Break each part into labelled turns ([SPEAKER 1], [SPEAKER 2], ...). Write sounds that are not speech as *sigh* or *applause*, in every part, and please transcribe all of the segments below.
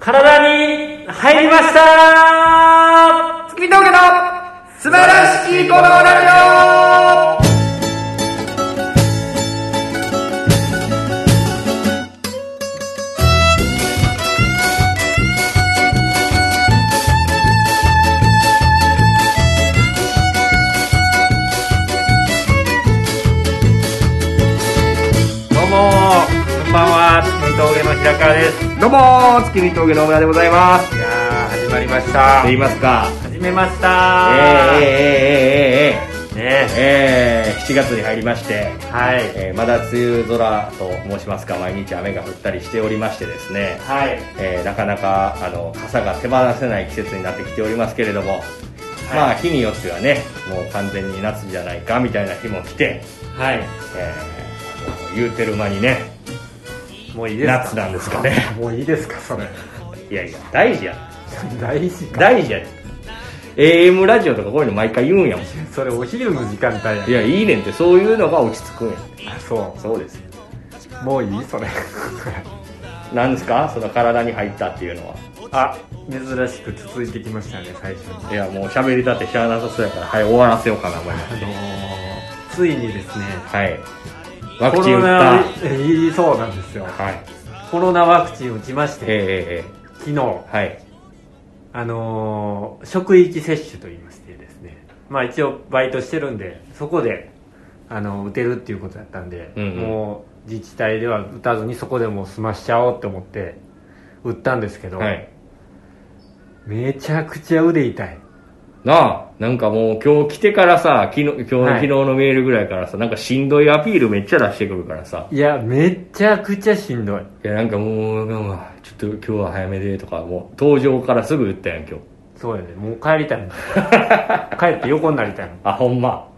[SPEAKER 1] 体に入りました
[SPEAKER 2] 月見峠の素晴らしきこのラジ
[SPEAKER 1] どうもこんばんは、月見峠の平川です。
[SPEAKER 2] オどうもー月見峠の小村でございます
[SPEAKER 1] いやー、始まりました
[SPEAKER 2] と。言いますか
[SPEAKER 1] 始めまし
[SPEAKER 2] えー
[SPEAKER 1] た
[SPEAKER 2] え
[SPEAKER 1] ー、え
[SPEAKER 2] ーえーえーえーえー7月に入りまして
[SPEAKER 1] ー、はい。
[SPEAKER 2] えーまだ梅雨空と申しますか毎日雨が降ったりしておりましてですね、
[SPEAKER 1] はい。
[SPEAKER 2] えーなかなかあの傘が手放せない季節になってきておりますけれども、まあ日によってはねもう完全に夏じゃないかみたいな日も来て、
[SPEAKER 1] はい。
[SPEAKER 2] えーもう言うてる間にね
[SPEAKER 1] もういいですか
[SPEAKER 2] 夏なんですかね
[SPEAKER 1] もういいですか、それ。
[SPEAKER 2] いやいや大事や
[SPEAKER 1] 大事か。
[SPEAKER 2] 大事や AM ラジオとかこういうの毎回言うんやもんい
[SPEAKER 1] それお昼の時間帯や
[SPEAKER 2] やいいねんってそういうのが落ち着くんや
[SPEAKER 1] あそ
[SPEAKER 2] そうですよ
[SPEAKER 1] う。もういいそれ。
[SPEAKER 2] なんですかその体に入ったっていうのは
[SPEAKER 1] *laughs* あ、珍しく続いてきましたね、最初に。
[SPEAKER 2] いやもう喋りたってしゃあなさそうやからはい終わらせようかな思います
[SPEAKER 1] あのー、ついにですね、
[SPEAKER 2] はいワクチン打った
[SPEAKER 1] コロナ、えーそうなんですよ。
[SPEAKER 2] はい
[SPEAKER 1] コロナワクチン打ちまして、
[SPEAKER 2] ええええ
[SPEAKER 1] 昨日、
[SPEAKER 2] はい
[SPEAKER 1] あのー職域接種といいましてですね、まあ一応バイトしてるんで、そこで、あの、打てるっていうことだったんで、
[SPEAKER 2] うんうん
[SPEAKER 1] もう自治体では打たずにそこでもう済ましちゃおうって思って、打ったんですけど、
[SPEAKER 2] はい
[SPEAKER 1] めちゃくちゃ腕痛い。
[SPEAKER 2] なあなんかもう今日来てからさ昨日今日,、
[SPEAKER 1] はい
[SPEAKER 2] 昨日のメールぐらいからさなんかしんどいアピールめっちゃ出してくるからさ
[SPEAKER 1] いや、めちゃくちゃしんどい。
[SPEAKER 2] いやなんかもうなんかちょっと今日は早めでとかもう登場からすぐ言ったやん今日
[SPEAKER 1] そうやね、もう帰りたい
[SPEAKER 2] *laughs*
[SPEAKER 1] もん帰って横になりたいもん
[SPEAKER 2] あほんま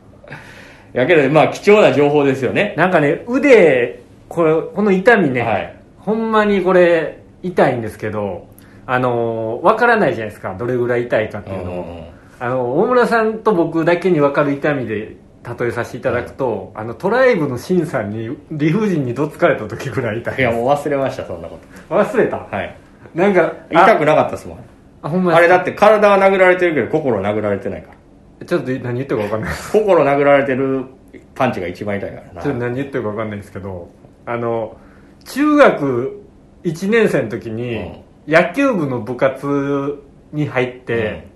[SPEAKER 2] やけどまあ貴重な情報ですよね
[SPEAKER 1] なんかね、腕、これ、この痛みね、
[SPEAKER 2] はい
[SPEAKER 1] ほんまにこれ、痛いんですけど、あのー、わからないじゃないですか、どれぐらい痛いかって
[SPEAKER 2] う
[SPEAKER 1] いうのを。
[SPEAKER 2] ん
[SPEAKER 1] あの、大村さんと僕だけにわかる痛みで例えさせていただくと、あの、トライブのシンさんに、理不尽にどつかれた時ぐらい痛
[SPEAKER 2] い
[SPEAKER 1] い。
[SPEAKER 2] やもう忘れましたそんなこ
[SPEAKER 1] 忘れた
[SPEAKER 2] とはい
[SPEAKER 1] なんか、
[SPEAKER 2] 痛くなかったっすもん
[SPEAKER 1] あ、あほんまや
[SPEAKER 2] あれだって体は殴られてるけど心は殴られてないから
[SPEAKER 1] ちょっと何言ってるかわかんないです。
[SPEAKER 2] 心殴られてるパンチが一番痛いからな
[SPEAKER 1] ちょっと何言ってるかわかんないですけど、あの、中学1年生の時
[SPEAKER 2] うん
[SPEAKER 1] に、野球部の部活に入って、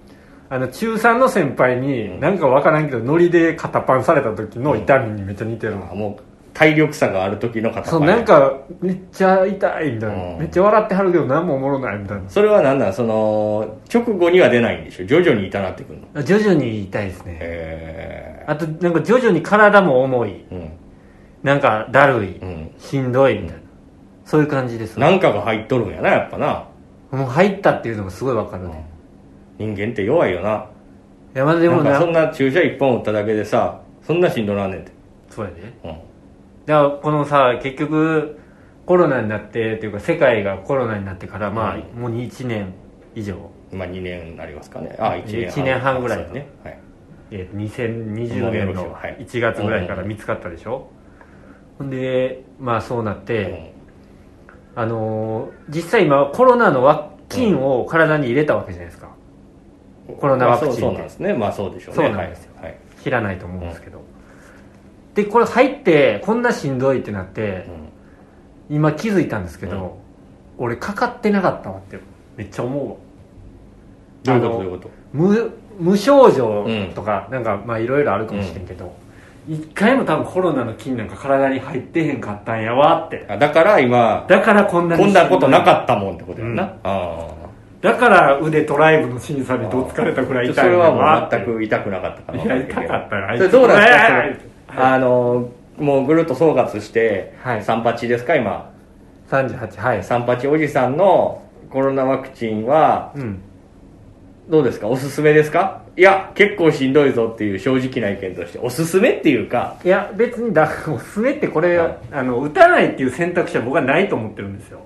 [SPEAKER 1] あの、中3の先輩に、なんかわからんけど、ノリで肩パンされた時の痛みにめっちゃ似てる。
[SPEAKER 2] あもう体力差がある時の肩パン
[SPEAKER 1] そう、なんか、めっちゃ痛いみたいな。
[SPEAKER 2] うん
[SPEAKER 1] めっちゃ笑ってはるけど、何もおもろないみたいな。
[SPEAKER 2] それは何なんその直後には出ないんでしょ徐々に痛なってくるの
[SPEAKER 1] 徐々に痛いですね。
[SPEAKER 2] へ
[SPEAKER 1] あと、なんか徐々に体も重い。
[SPEAKER 2] えうん
[SPEAKER 1] なんか、だるい。
[SPEAKER 2] うん
[SPEAKER 1] しんどいみたいな。そういう感じです。
[SPEAKER 2] 何かが入っとるんやなやっぱな、
[SPEAKER 1] もう入ったっていうのもすごいわかるね。
[SPEAKER 2] 人間って弱いよない
[SPEAKER 1] や、まあで
[SPEAKER 2] な
[SPEAKER 1] も
[SPEAKER 2] ん
[SPEAKER 1] な
[SPEAKER 2] かそんな注射一本打っただけでさそんなしんどなんねんて、
[SPEAKER 1] そうやね。
[SPEAKER 2] うん、
[SPEAKER 1] だからこのさ、結局、コロナになって、というか世界がコロナになってから、まあ、
[SPEAKER 2] うん
[SPEAKER 1] もう1年以上、
[SPEAKER 2] 今2年になりますかねあ一1年
[SPEAKER 1] 一年半ぐらい
[SPEAKER 2] そうね、はい、
[SPEAKER 1] えー2020年の
[SPEAKER 2] はい
[SPEAKER 1] 1月ぐらいから見つかったでしょ、ほんで、まあそうなって、あのー実際今コロナのワクチンを体に入れたわけじゃないですか。
[SPEAKER 2] うん
[SPEAKER 1] コロナワクチンって
[SPEAKER 2] まあそうそうなんですねまあそうでしょうね
[SPEAKER 1] そうなんですよ
[SPEAKER 2] はいはい
[SPEAKER 1] 知らないと思うんですけど。で、これ入って、こんなしんどいってなって、
[SPEAKER 2] うん
[SPEAKER 1] 今気づいたんですけど、俺かかってなかったわって、めっちゃ思うわ。
[SPEAKER 2] どういうこと
[SPEAKER 1] あの
[SPEAKER 2] どういうこと
[SPEAKER 1] 無無症状とか、なんかまあいろいろあるかもしれんけど、一回も多分コロナの菌なんか体に入ってへんかったんやわって
[SPEAKER 2] あだから今
[SPEAKER 1] だからこんなに
[SPEAKER 2] こんなことな
[SPEAKER 1] っ
[SPEAKER 2] かったもんってことやな、
[SPEAKER 1] うん
[SPEAKER 2] ああ
[SPEAKER 1] ただから腕トライブの審査にどつかれたくらい痛い
[SPEAKER 2] それは
[SPEAKER 1] わ
[SPEAKER 2] も
[SPEAKER 1] っ
[SPEAKER 2] う
[SPEAKER 1] て
[SPEAKER 2] 全く痛くなかったから
[SPEAKER 1] いや痛かったよあいつ
[SPEAKER 2] それどうなんですかそ
[SPEAKER 1] はい
[SPEAKER 2] れあのもうぐるっと総括して、
[SPEAKER 1] はい
[SPEAKER 2] 三八ですか今
[SPEAKER 1] 38はい
[SPEAKER 2] 三八おじさんのコロナワクチンは
[SPEAKER 1] うん
[SPEAKER 2] どうですかおすすめですかいや結構しんどいぞっていう正直な意見としておすすめっていうか
[SPEAKER 1] いや別にだからおすすめってこれ、
[SPEAKER 2] はい
[SPEAKER 1] あの打たないっていう選択肢は僕はないと思ってるんですよ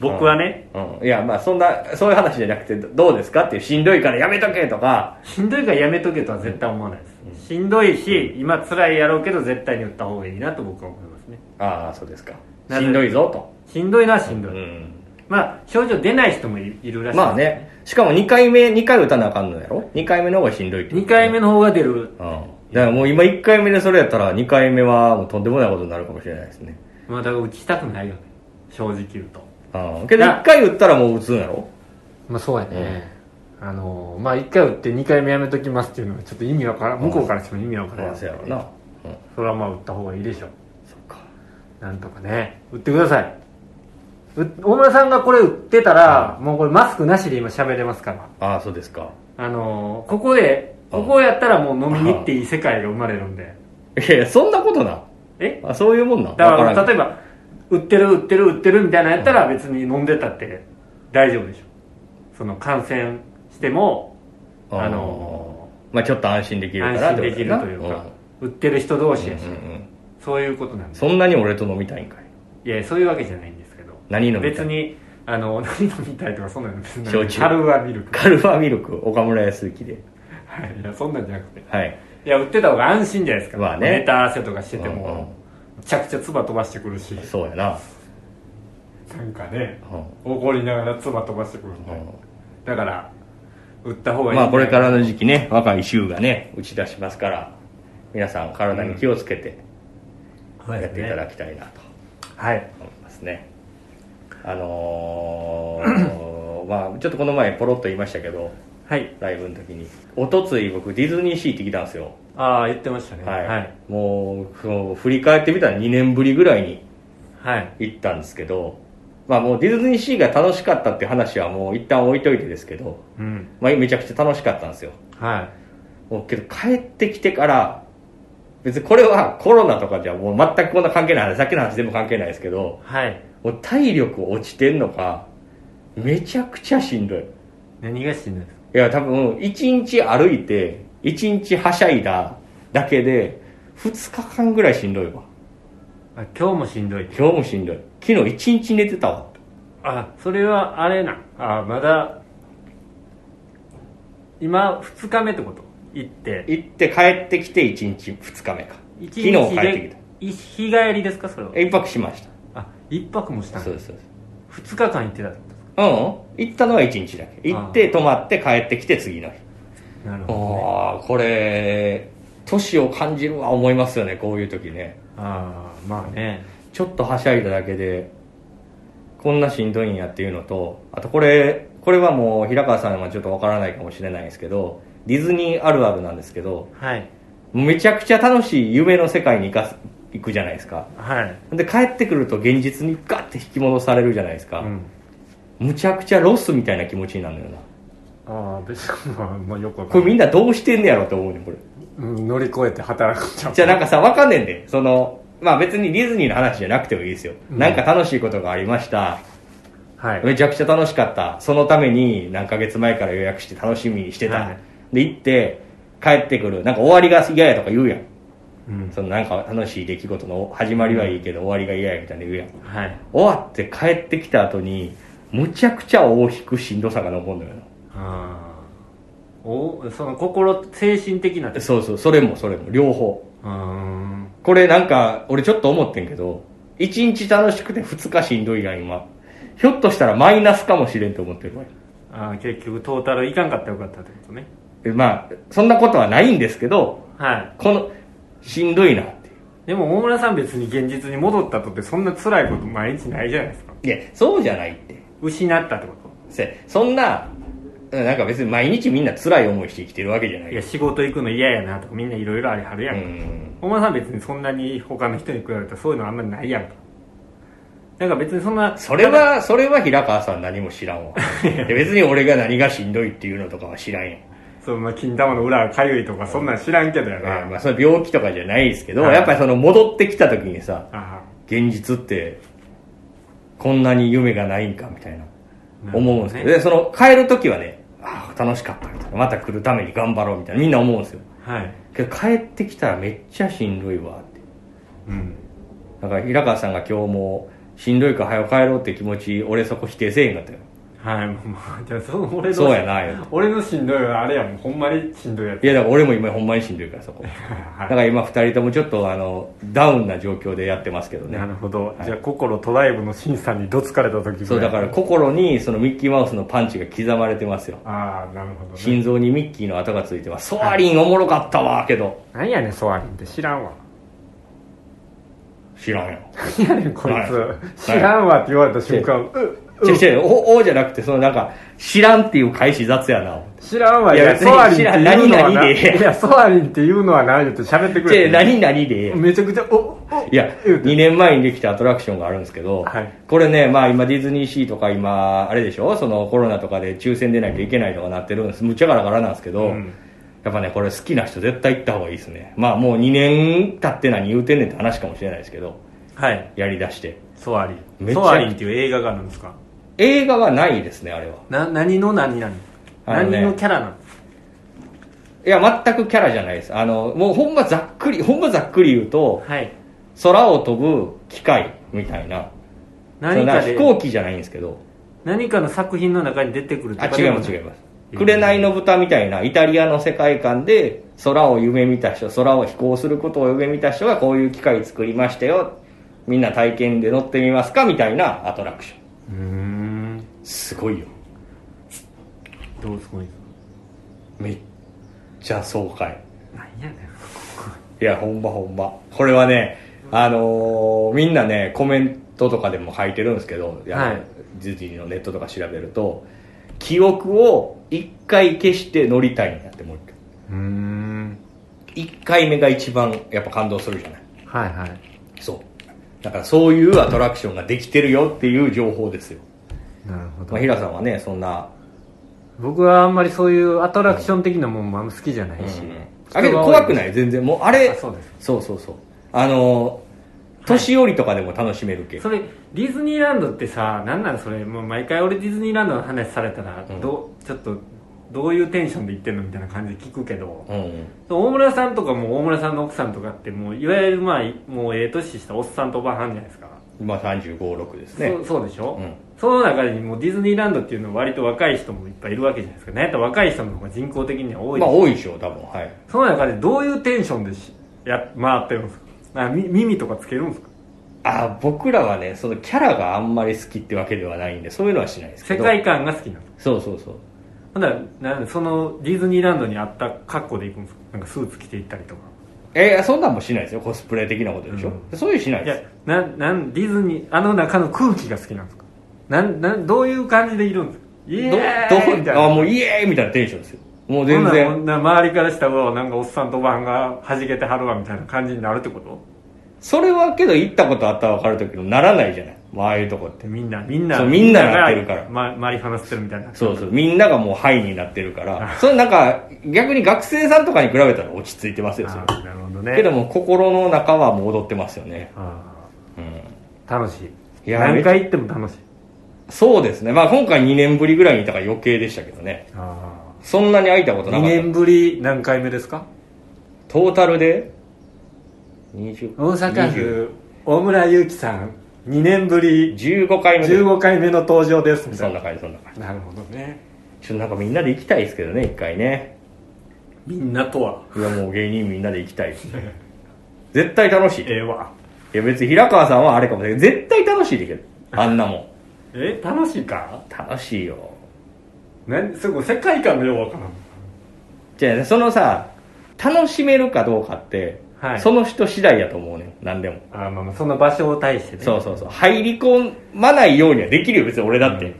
[SPEAKER 1] 僕はね、、
[SPEAKER 2] うんうんいやまあそんなそういう話じゃなくてどうですかっていうしんどいからやめとけとか
[SPEAKER 1] しんどいからやめとけとは絶対思わないですしんどいし今辛いやろうけど絶対に打った方がいいなと僕は思いますね
[SPEAKER 2] ああそうですか
[SPEAKER 1] な
[SPEAKER 2] し
[SPEAKER 1] ぜ
[SPEAKER 2] んどいぞと
[SPEAKER 1] しんどいのはしんどい、
[SPEAKER 2] うん
[SPEAKER 1] まあ症状出ない人もいいるらしい
[SPEAKER 2] まあねしかも2回目2回打たなあかんのやろ2回目の方がしんどいって
[SPEAKER 1] 2回目
[SPEAKER 2] の
[SPEAKER 1] の方が出る
[SPEAKER 2] うんだからもう今1回目でそれやったら2回目はもうとんでもないことになるかもしれないですね
[SPEAKER 1] まあだから打ちたくないよね正直言うと
[SPEAKER 2] うんけど1回打ったらもう打つんやろ
[SPEAKER 1] まあそうやね、あのまあ1回打って2回目やめときますっていうのはちょっと意味わからん向こうからしても意味わからん、
[SPEAKER 2] まあそうやろなうん
[SPEAKER 1] それはまあ打った方がいいでしょう
[SPEAKER 2] そっか
[SPEAKER 1] なんとかね打ってくださいう大村さんがこれ打ってたら、もうこれマスクなしで今喋れますから
[SPEAKER 2] ああそうですか
[SPEAKER 1] あのここでここやったらもう飲みに行っていい世界が生まれるんで
[SPEAKER 2] いやいやそんなことな
[SPEAKER 1] え
[SPEAKER 2] あそういうもんなん
[SPEAKER 1] だか
[SPEAKER 2] わ
[SPEAKER 1] ら
[SPEAKER 2] ん
[SPEAKER 1] 例えば売ってる売ってる売ってるみたいなのやったら別に飲んでたって大丈夫でしょその感染してもあの
[SPEAKER 2] まあちょっと安心できるか
[SPEAKER 1] 安
[SPEAKER 2] ら
[SPEAKER 1] 心できるというか売ってる人同士やし
[SPEAKER 2] うんうんうん
[SPEAKER 1] そういうことなんです
[SPEAKER 2] そんなに俺と飲みたいんかい
[SPEAKER 1] いやそういうわけじゃないんですけど
[SPEAKER 2] 何飲みたい
[SPEAKER 1] 別にあの *laughs* 何飲みたいとかそんなの別に
[SPEAKER 2] 焼酎
[SPEAKER 1] カルはミルク
[SPEAKER 2] カルファミルク岡村康之で
[SPEAKER 1] はいいやそんなんじゃなくて
[SPEAKER 2] はい
[SPEAKER 1] いや売ってた方が安心じゃないですか、
[SPEAKER 2] まあね
[SPEAKER 1] ネタ合わせとかしてても、
[SPEAKER 2] うんうん
[SPEAKER 1] めちゃくちゃ唾飛ばしてくるし
[SPEAKER 2] そうやな
[SPEAKER 1] なんかね
[SPEAKER 2] うん
[SPEAKER 1] 怒りながら唾飛ばしてくるんで、
[SPEAKER 2] うん
[SPEAKER 1] だから売った方がいい
[SPEAKER 2] まあこれからの時期ね若い衆がね打ち出しますから皆さん体に気をつけて
[SPEAKER 1] や
[SPEAKER 2] やっていただきたいなと
[SPEAKER 1] はい
[SPEAKER 2] 思いますねあのーまあちょっとこの前ポロッと言いましたけど
[SPEAKER 1] はい
[SPEAKER 2] ライブの時におとつい僕ディズニーシー行ってきたんですよ
[SPEAKER 1] ああ言ってましたね
[SPEAKER 2] はい、
[SPEAKER 1] はい、
[SPEAKER 2] もうこう振り返ってみたら2年ぶりぐらいに
[SPEAKER 1] はい
[SPEAKER 2] 行ったんですけどまあもうディズニーシーが楽しかったって話はもう一旦置いといてですけど、
[SPEAKER 1] うん
[SPEAKER 2] まあ、めちゃくちゃ楽しかったんですよ
[SPEAKER 1] はい
[SPEAKER 2] もうけど帰ってきてから別にこれはコロナとかじゃもう全くこんな関係ない話さっきの話全部関係ないですけど
[SPEAKER 1] はい
[SPEAKER 2] もう体力落ちてんのかめちゃくちゃしんどい
[SPEAKER 1] 何がしんどいですか
[SPEAKER 2] いや多分1日歩いて1日はしゃいだだけで2日間ぐらいしんどいわ
[SPEAKER 1] あ今日もしんどい
[SPEAKER 2] 今日もしんどい昨日1日寝てたわ
[SPEAKER 1] あそれはあれなあまだ今2日目ってこと行って
[SPEAKER 2] 行って帰ってきて1日2日目か昨
[SPEAKER 1] 一
[SPEAKER 2] 日帰ってきた
[SPEAKER 1] 一日帰りですかそれは
[SPEAKER 2] え一泊しまし
[SPEAKER 1] あ一泊もしたた
[SPEAKER 2] そ
[SPEAKER 1] の
[SPEAKER 2] うですそうです
[SPEAKER 1] 2日間行ってたってこ
[SPEAKER 2] うん行ったのは1日だけ行って泊まって帰ってきて次の日
[SPEAKER 1] となるほど、ね、
[SPEAKER 2] ああこれ年を感じるわ思いますよねこういう時ね
[SPEAKER 1] ああまあね
[SPEAKER 2] ちょっとはしゃいだだけでこんなしんどいんやっていうのとあとこれこれはもう平川さんはちょっとわからないかもしれないですけどディズニーあるあるなんですけど
[SPEAKER 1] はい
[SPEAKER 2] めちゃくちゃ楽しい夢の世界に行かす行くじゃないですか
[SPEAKER 1] はい、
[SPEAKER 2] で帰ってくると現実にガッて引き戻されるじゃないですか、
[SPEAKER 1] うん、
[SPEAKER 2] むちゃくちゃロスみたいな気持ちになるのよな
[SPEAKER 1] ああ別にまあ、まあ、よくわか
[SPEAKER 2] こ
[SPEAKER 1] ん
[SPEAKER 2] れ
[SPEAKER 1] ない
[SPEAKER 2] みんなどうしてんねやろって思うねんこれ
[SPEAKER 1] うん乗り越えて働くんちゃう
[SPEAKER 2] じゃあなんかさ、わかんねんで。その、まあ別にディズニーの話じゃなくてもいいですよ。
[SPEAKER 1] うん
[SPEAKER 2] なんか楽しいことがありました。
[SPEAKER 1] はい
[SPEAKER 2] めちゃくちゃ楽しかった。そのために何ヶ月前から予約して楽しみにしてた。
[SPEAKER 1] はい
[SPEAKER 2] で、行って、帰ってくる。なんか終わりが嫌やとか言うやん。
[SPEAKER 1] うん
[SPEAKER 2] そのなんか楽しい出来事の始まりはいいけど終わりが嫌やみたいな言うやん。
[SPEAKER 1] はい
[SPEAKER 2] 終わって帰ってきた後に、むちゃくちゃ大引くしんどさが残るのよ
[SPEAKER 1] ああおその心精神的な
[SPEAKER 2] な。そうそう、それもそれも、両方。
[SPEAKER 1] うーん
[SPEAKER 2] これなんか俺ちょっと思ってんけど1日楽しくて2日しんどいやん今ひょっとしたらマイナスかもしれんと思ってるこれ
[SPEAKER 1] ああ結局トータルいかんかったらよかったってことね
[SPEAKER 2] えまあそんなことはないんですけど
[SPEAKER 1] はい
[SPEAKER 2] このしんどいなってい
[SPEAKER 1] でも大村さん別に現実に戻ったとってそんな辛いこと毎日ないじゃないですか
[SPEAKER 2] ういやそうじゃないって
[SPEAKER 1] 失ったってこ
[SPEAKER 2] せそんなうんなんか別に毎日みんな辛い思いして生きてるわけじゃな
[SPEAKER 1] と
[SPEAKER 2] い
[SPEAKER 1] いや仕事行くの嫌やなとかみんないろいろありはるや
[SPEAKER 2] うん
[SPEAKER 1] か、
[SPEAKER 2] ん
[SPEAKER 1] 大村さん別にそんなに他の人に比べたらそういうのあんまりないやんかだから別にそんな
[SPEAKER 2] それはそれは平川さん何も知らんわいや別に俺が何がしんどいっていうのとかは知らんやん
[SPEAKER 1] その金玉の裏がかゆいとかそんなん知らんけどや
[SPEAKER 2] まあ
[SPEAKER 1] な、
[SPEAKER 2] まあその病気とかじゃないですけど
[SPEAKER 1] はい
[SPEAKER 2] やっぱりその戻ってきた時にさ
[SPEAKER 1] あ
[SPEAKER 2] 現実ってこんなに夢がないんかみたいな
[SPEAKER 1] なるほどね
[SPEAKER 2] 思うんですけど、でその帰る時はねああ楽しかったみたいなまた来るために頑張ろうみたいなみんな思うんですよ
[SPEAKER 1] あはい
[SPEAKER 2] けど帰ってきたらめっちゃしんどいわって
[SPEAKER 1] うん
[SPEAKER 2] だから平川さんが今日もしんどいから早く帰ろうって気持ち俺そこ否定せえへんかったよ
[SPEAKER 1] はいもうもうじゃあその俺の
[SPEAKER 2] そうやな言うて
[SPEAKER 1] 俺のしんどいはあれやもんほんまにしんどいやつ
[SPEAKER 2] いやだから俺も今ほんまにしんどいから
[SPEAKER 1] *laughs*
[SPEAKER 2] そこだから今2人ともちょっとあのダウンな状況でやってますけどね
[SPEAKER 1] なるほど、じゃあ心トライブのしんさんにどつかれた時ぐい
[SPEAKER 2] そうだから心にそのミッキーマウスのパンチが刻まれてますよ
[SPEAKER 1] ああなるほど、ね、
[SPEAKER 2] 心臓にミッキーの跡がついてますソアリンおもろかったわけど
[SPEAKER 1] なんやねんソアリンって知らんわ
[SPEAKER 2] 知らんよ
[SPEAKER 1] なんやねんこい
[SPEAKER 2] は
[SPEAKER 1] つ知らんわって言われた瞬間う
[SPEAKER 2] 違う違うおおじゃなくてそのなんか知らんっていう返し雑やな
[SPEAKER 1] 知らんわ
[SPEAKER 2] いや
[SPEAKER 1] ソアリンっていうのは
[SPEAKER 2] 知らん何々
[SPEAKER 1] な
[SPEAKER 2] で
[SPEAKER 1] いやソアリンっていうのは何言って喋ってく
[SPEAKER 2] 違
[SPEAKER 1] れ
[SPEAKER 2] う
[SPEAKER 1] て
[SPEAKER 2] 何々で
[SPEAKER 1] めちゃくちゃおお
[SPEAKER 2] いや
[SPEAKER 1] 言うて
[SPEAKER 2] 2年前にできたアトラクションがあるんですけど、
[SPEAKER 1] はい
[SPEAKER 2] これねまあ今ディズニーシーとか今あれでしょそのコロナとかで抽選出ないといけないとかなってるんですむっちゃガラガラなんですけど、
[SPEAKER 1] うん
[SPEAKER 2] やっぱねこれ好きな人絶対行った方がいいですねまあもう2年経って何言うてんねんって話かもしれないですけど
[SPEAKER 1] はい
[SPEAKER 2] やりだして
[SPEAKER 1] ソアリ
[SPEAKER 2] め
[SPEAKER 1] ン
[SPEAKER 2] っちゃ
[SPEAKER 1] ソアリンっていう映画があるんですか
[SPEAKER 2] 映画はないですねあれは
[SPEAKER 1] な何の何々
[SPEAKER 2] あのね
[SPEAKER 1] 何のキャラなんです
[SPEAKER 2] いや全くキャラじゃないですあのもうほんまざっくりほんまざっくり言うと
[SPEAKER 1] かはい
[SPEAKER 2] 空を飛ぶ機械みたいな
[SPEAKER 1] 何か
[SPEAKER 2] そん
[SPEAKER 1] で
[SPEAKER 2] な飛行機じゃないんですけど
[SPEAKER 1] 何かの作品の中に出てくると
[SPEAKER 2] あ
[SPEAKER 1] か
[SPEAKER 2] 違い
[SPEAKER 1] でも
[SPEAKER 2] ます違います
[SPEAKER 1] えー
[SPEAKER 2] 紅の豚みたいなイタリアの世界観で空を夢見た人空を飛行することを夢見た人がこういう機械作りましたよみんな体験で乗ってみますかみたいなアトラクション
[SPEAKER 1] うーん
[SPEAKER 2] すごいよ
[SPEAKER 1] どうすごいんです
[SPEAKER 2] めっちゃ爽快
[SPEAKER 1] か何やねん
[SPEAKER 2] いやほんまほんまこれはねあのーみんなねコメントとかでも書いてるんですけど、いや
[SPEAKER 1] はい
[SPEAKER 2] ディズニーのネットとか調べると記憶を一回消して乗りたいんだってもう一回
[SPEAKER 1] うーん
[SPEAKER 2] 1回目が一番やっぱ感動するじゃない
[SPEAKER 1] はいはい
[SPEAKER 2] そうだからそういうアトラクションができてるよっていう情報ですよ、
[SPEAKER 1] なるほど
[SPEAKER 2] まあ、平さんはねそんな、
[SPEAKER 1] 僕はあんまりそういうアトラクション的なもんもあんま好きじゃないし、
[SPEAKER 2] あれ怖く
[SPEAKER 1] い
[SPEAKER 2] ない全然もうあれ
[SPEAKER 1] あそうです
[SPEAKER 2] そうそうそうあのー年寄りとかでも楽しめるけ、
[SPEAKER 1] それディズニーランドってさなんなんそれもう毎回俺ディズニーランドの話されたら、
[SPEAKER 2] うん
[SPEAKER 1] どうちょっとどういうテンションで行ってんのみたいな感じで聞くけど
[SPEAKER 2] うんうん
[SPEAKER 1] 大村さんとかも大村さんの奥さんとかってもういわゆるまあもうええ年したおっさんとおばはんじゃないですか、
[SPEAKER 2] まあ356ですね
[SPEAKER 1] そうそうでしょ、
[SPEAKER 2] うん
[SPEAKER 1] その中にもうディズニーランドっていうのは割と若い人もいっぱいいるわけじゃないですかねやったら若い人の方が人口的には多いで
[SPEAKER 2] まあ
[SPEAKER 1] しょ
[SPEAKER 2] 多いでしょ多分はい
[SPEAKER 1] その中でどういうテンションでしや回ってるんですかあみ耳とかつけるんですか
[SPEAKER 2] あ僕らはねそのキャラがあんまり好きってわけではないんでそういうのはしないですけ
[SPEAKER 1] 世
[SPEAKER 2] ど
[SPEAKER 1] 界観が好きなんですか
[SPEAKER 2] そうそうそう
[SPEAKER 1] ほんならなんでそのディズニーランドにあった格好で行くんですかなんかスーツ着て行ったりとか
[SPEAKER 2] えーそんなんもしないですよコスプレ的なことでしょ、
[SPEAKER 1] う
[SPEAKER 2] そういうしない
[SPEAKER 1] い
[SPEAKER 2] で
[SPEAKER 1] や
[SPEAKER 2] す
[SPEAKER 1] ななんディズニーあの中の空気が好きなんですかなんなんどういう感じでいるんですかイエ
[SPEAKER 2] ど
[SPEAKER 1] ーイみたい
[SPEAKER 2] ど
[SPEAKER 1] な
[SPEAKER 2] あもうイエーイみたいなテンションですよもう全
[SPEAKER 1] ほ
[SPEAKER 2] 然
[SPEAKER 1] んならほんなら周りからしたらうわなんかおっさんとおばんが弾けてはるわみたいな感じになるってこと
[SPEAKER 2] それはけど行ったことあったら分かるとけどならないじゃない、まあ、ああいうとこって
[SPEAKER 1] でみんなみんな
[SPEAKER 2] そうみんながやってるから
[SPEAKER 1] ま、周り話してるみたいな
[SPEAKER 2] そうそうみんながもうハイになってるからそれなんか逆に学生さんとかに比べたら落ち着いてますよそれ
[SPEAKER 1] あーなるほどね
[SPEAKER 2] けども心の中はもう踊ってますよね、
[SPEAKER 1] あ
[SPEAKER 2] うん、
[SPEAKER 1] ー楽しい
[SPEAKER 2] いや
[SPEAKER 1] 何回行っても楽しい
[SPEAKER 2] そうですねまあ今回2年ぶりぐらいにいたから余計でしたけどね
[SPEAKER 1] あ
[SPEAKER 2] そんなに会いたことな
[SPEAKER 1] 2
[SPEAKER 2] かった
[SPEAKER 1] 年ぶり何回目ですか
[SPEAKER 2] トータルで20
[SPEAKER 1] 大阪
[SPEAKER 2] 20
[SPEAKER 1] 府大村優樹さん2年ぶり
[SPEAKER 2] 15回目で
[SPEAKER 1] 15回目の登場ですみ
[SPEAKER 2] そ
[SPEAKER 1] た
[SPEAKER 2] ん
[SPEAKER 1] い
[SPEAKER 2] な
[SPEAKER 1] な
[SPEAKER 2] 感じそんな感
[SPEAKER 1] なるほどね
[SPEAKER 2] じちょっとなんかみんなで行きたいですけどね一回ね
[SPEAKER 1] みんなとはい
[SPEAKER 2] やもう芸人みんなで行きたいですね絶対楽しいい
[SPEAKER 1] ええわ
[SPEAKER 2] や別に平川さんはあれかもしれない絶対楽しいでけどあんなもん
[SPEAKER 1] え楽しいか
[SPEAKER 2] 楽しいよ
[SPEAKER 1] 何すごい世界観がようわからん
[SPEAKER 2] じゃあそのさ楽しめるかどうかって、
[SPEAKER 1] はい
[SPEAKER 2] その人次第やと思うねん何でも
[SPEAKER 1] あーまあまあその場所を対してね
[SPEAKER 2] そうそうそう入り込まないようにはできるよ別に俺だって、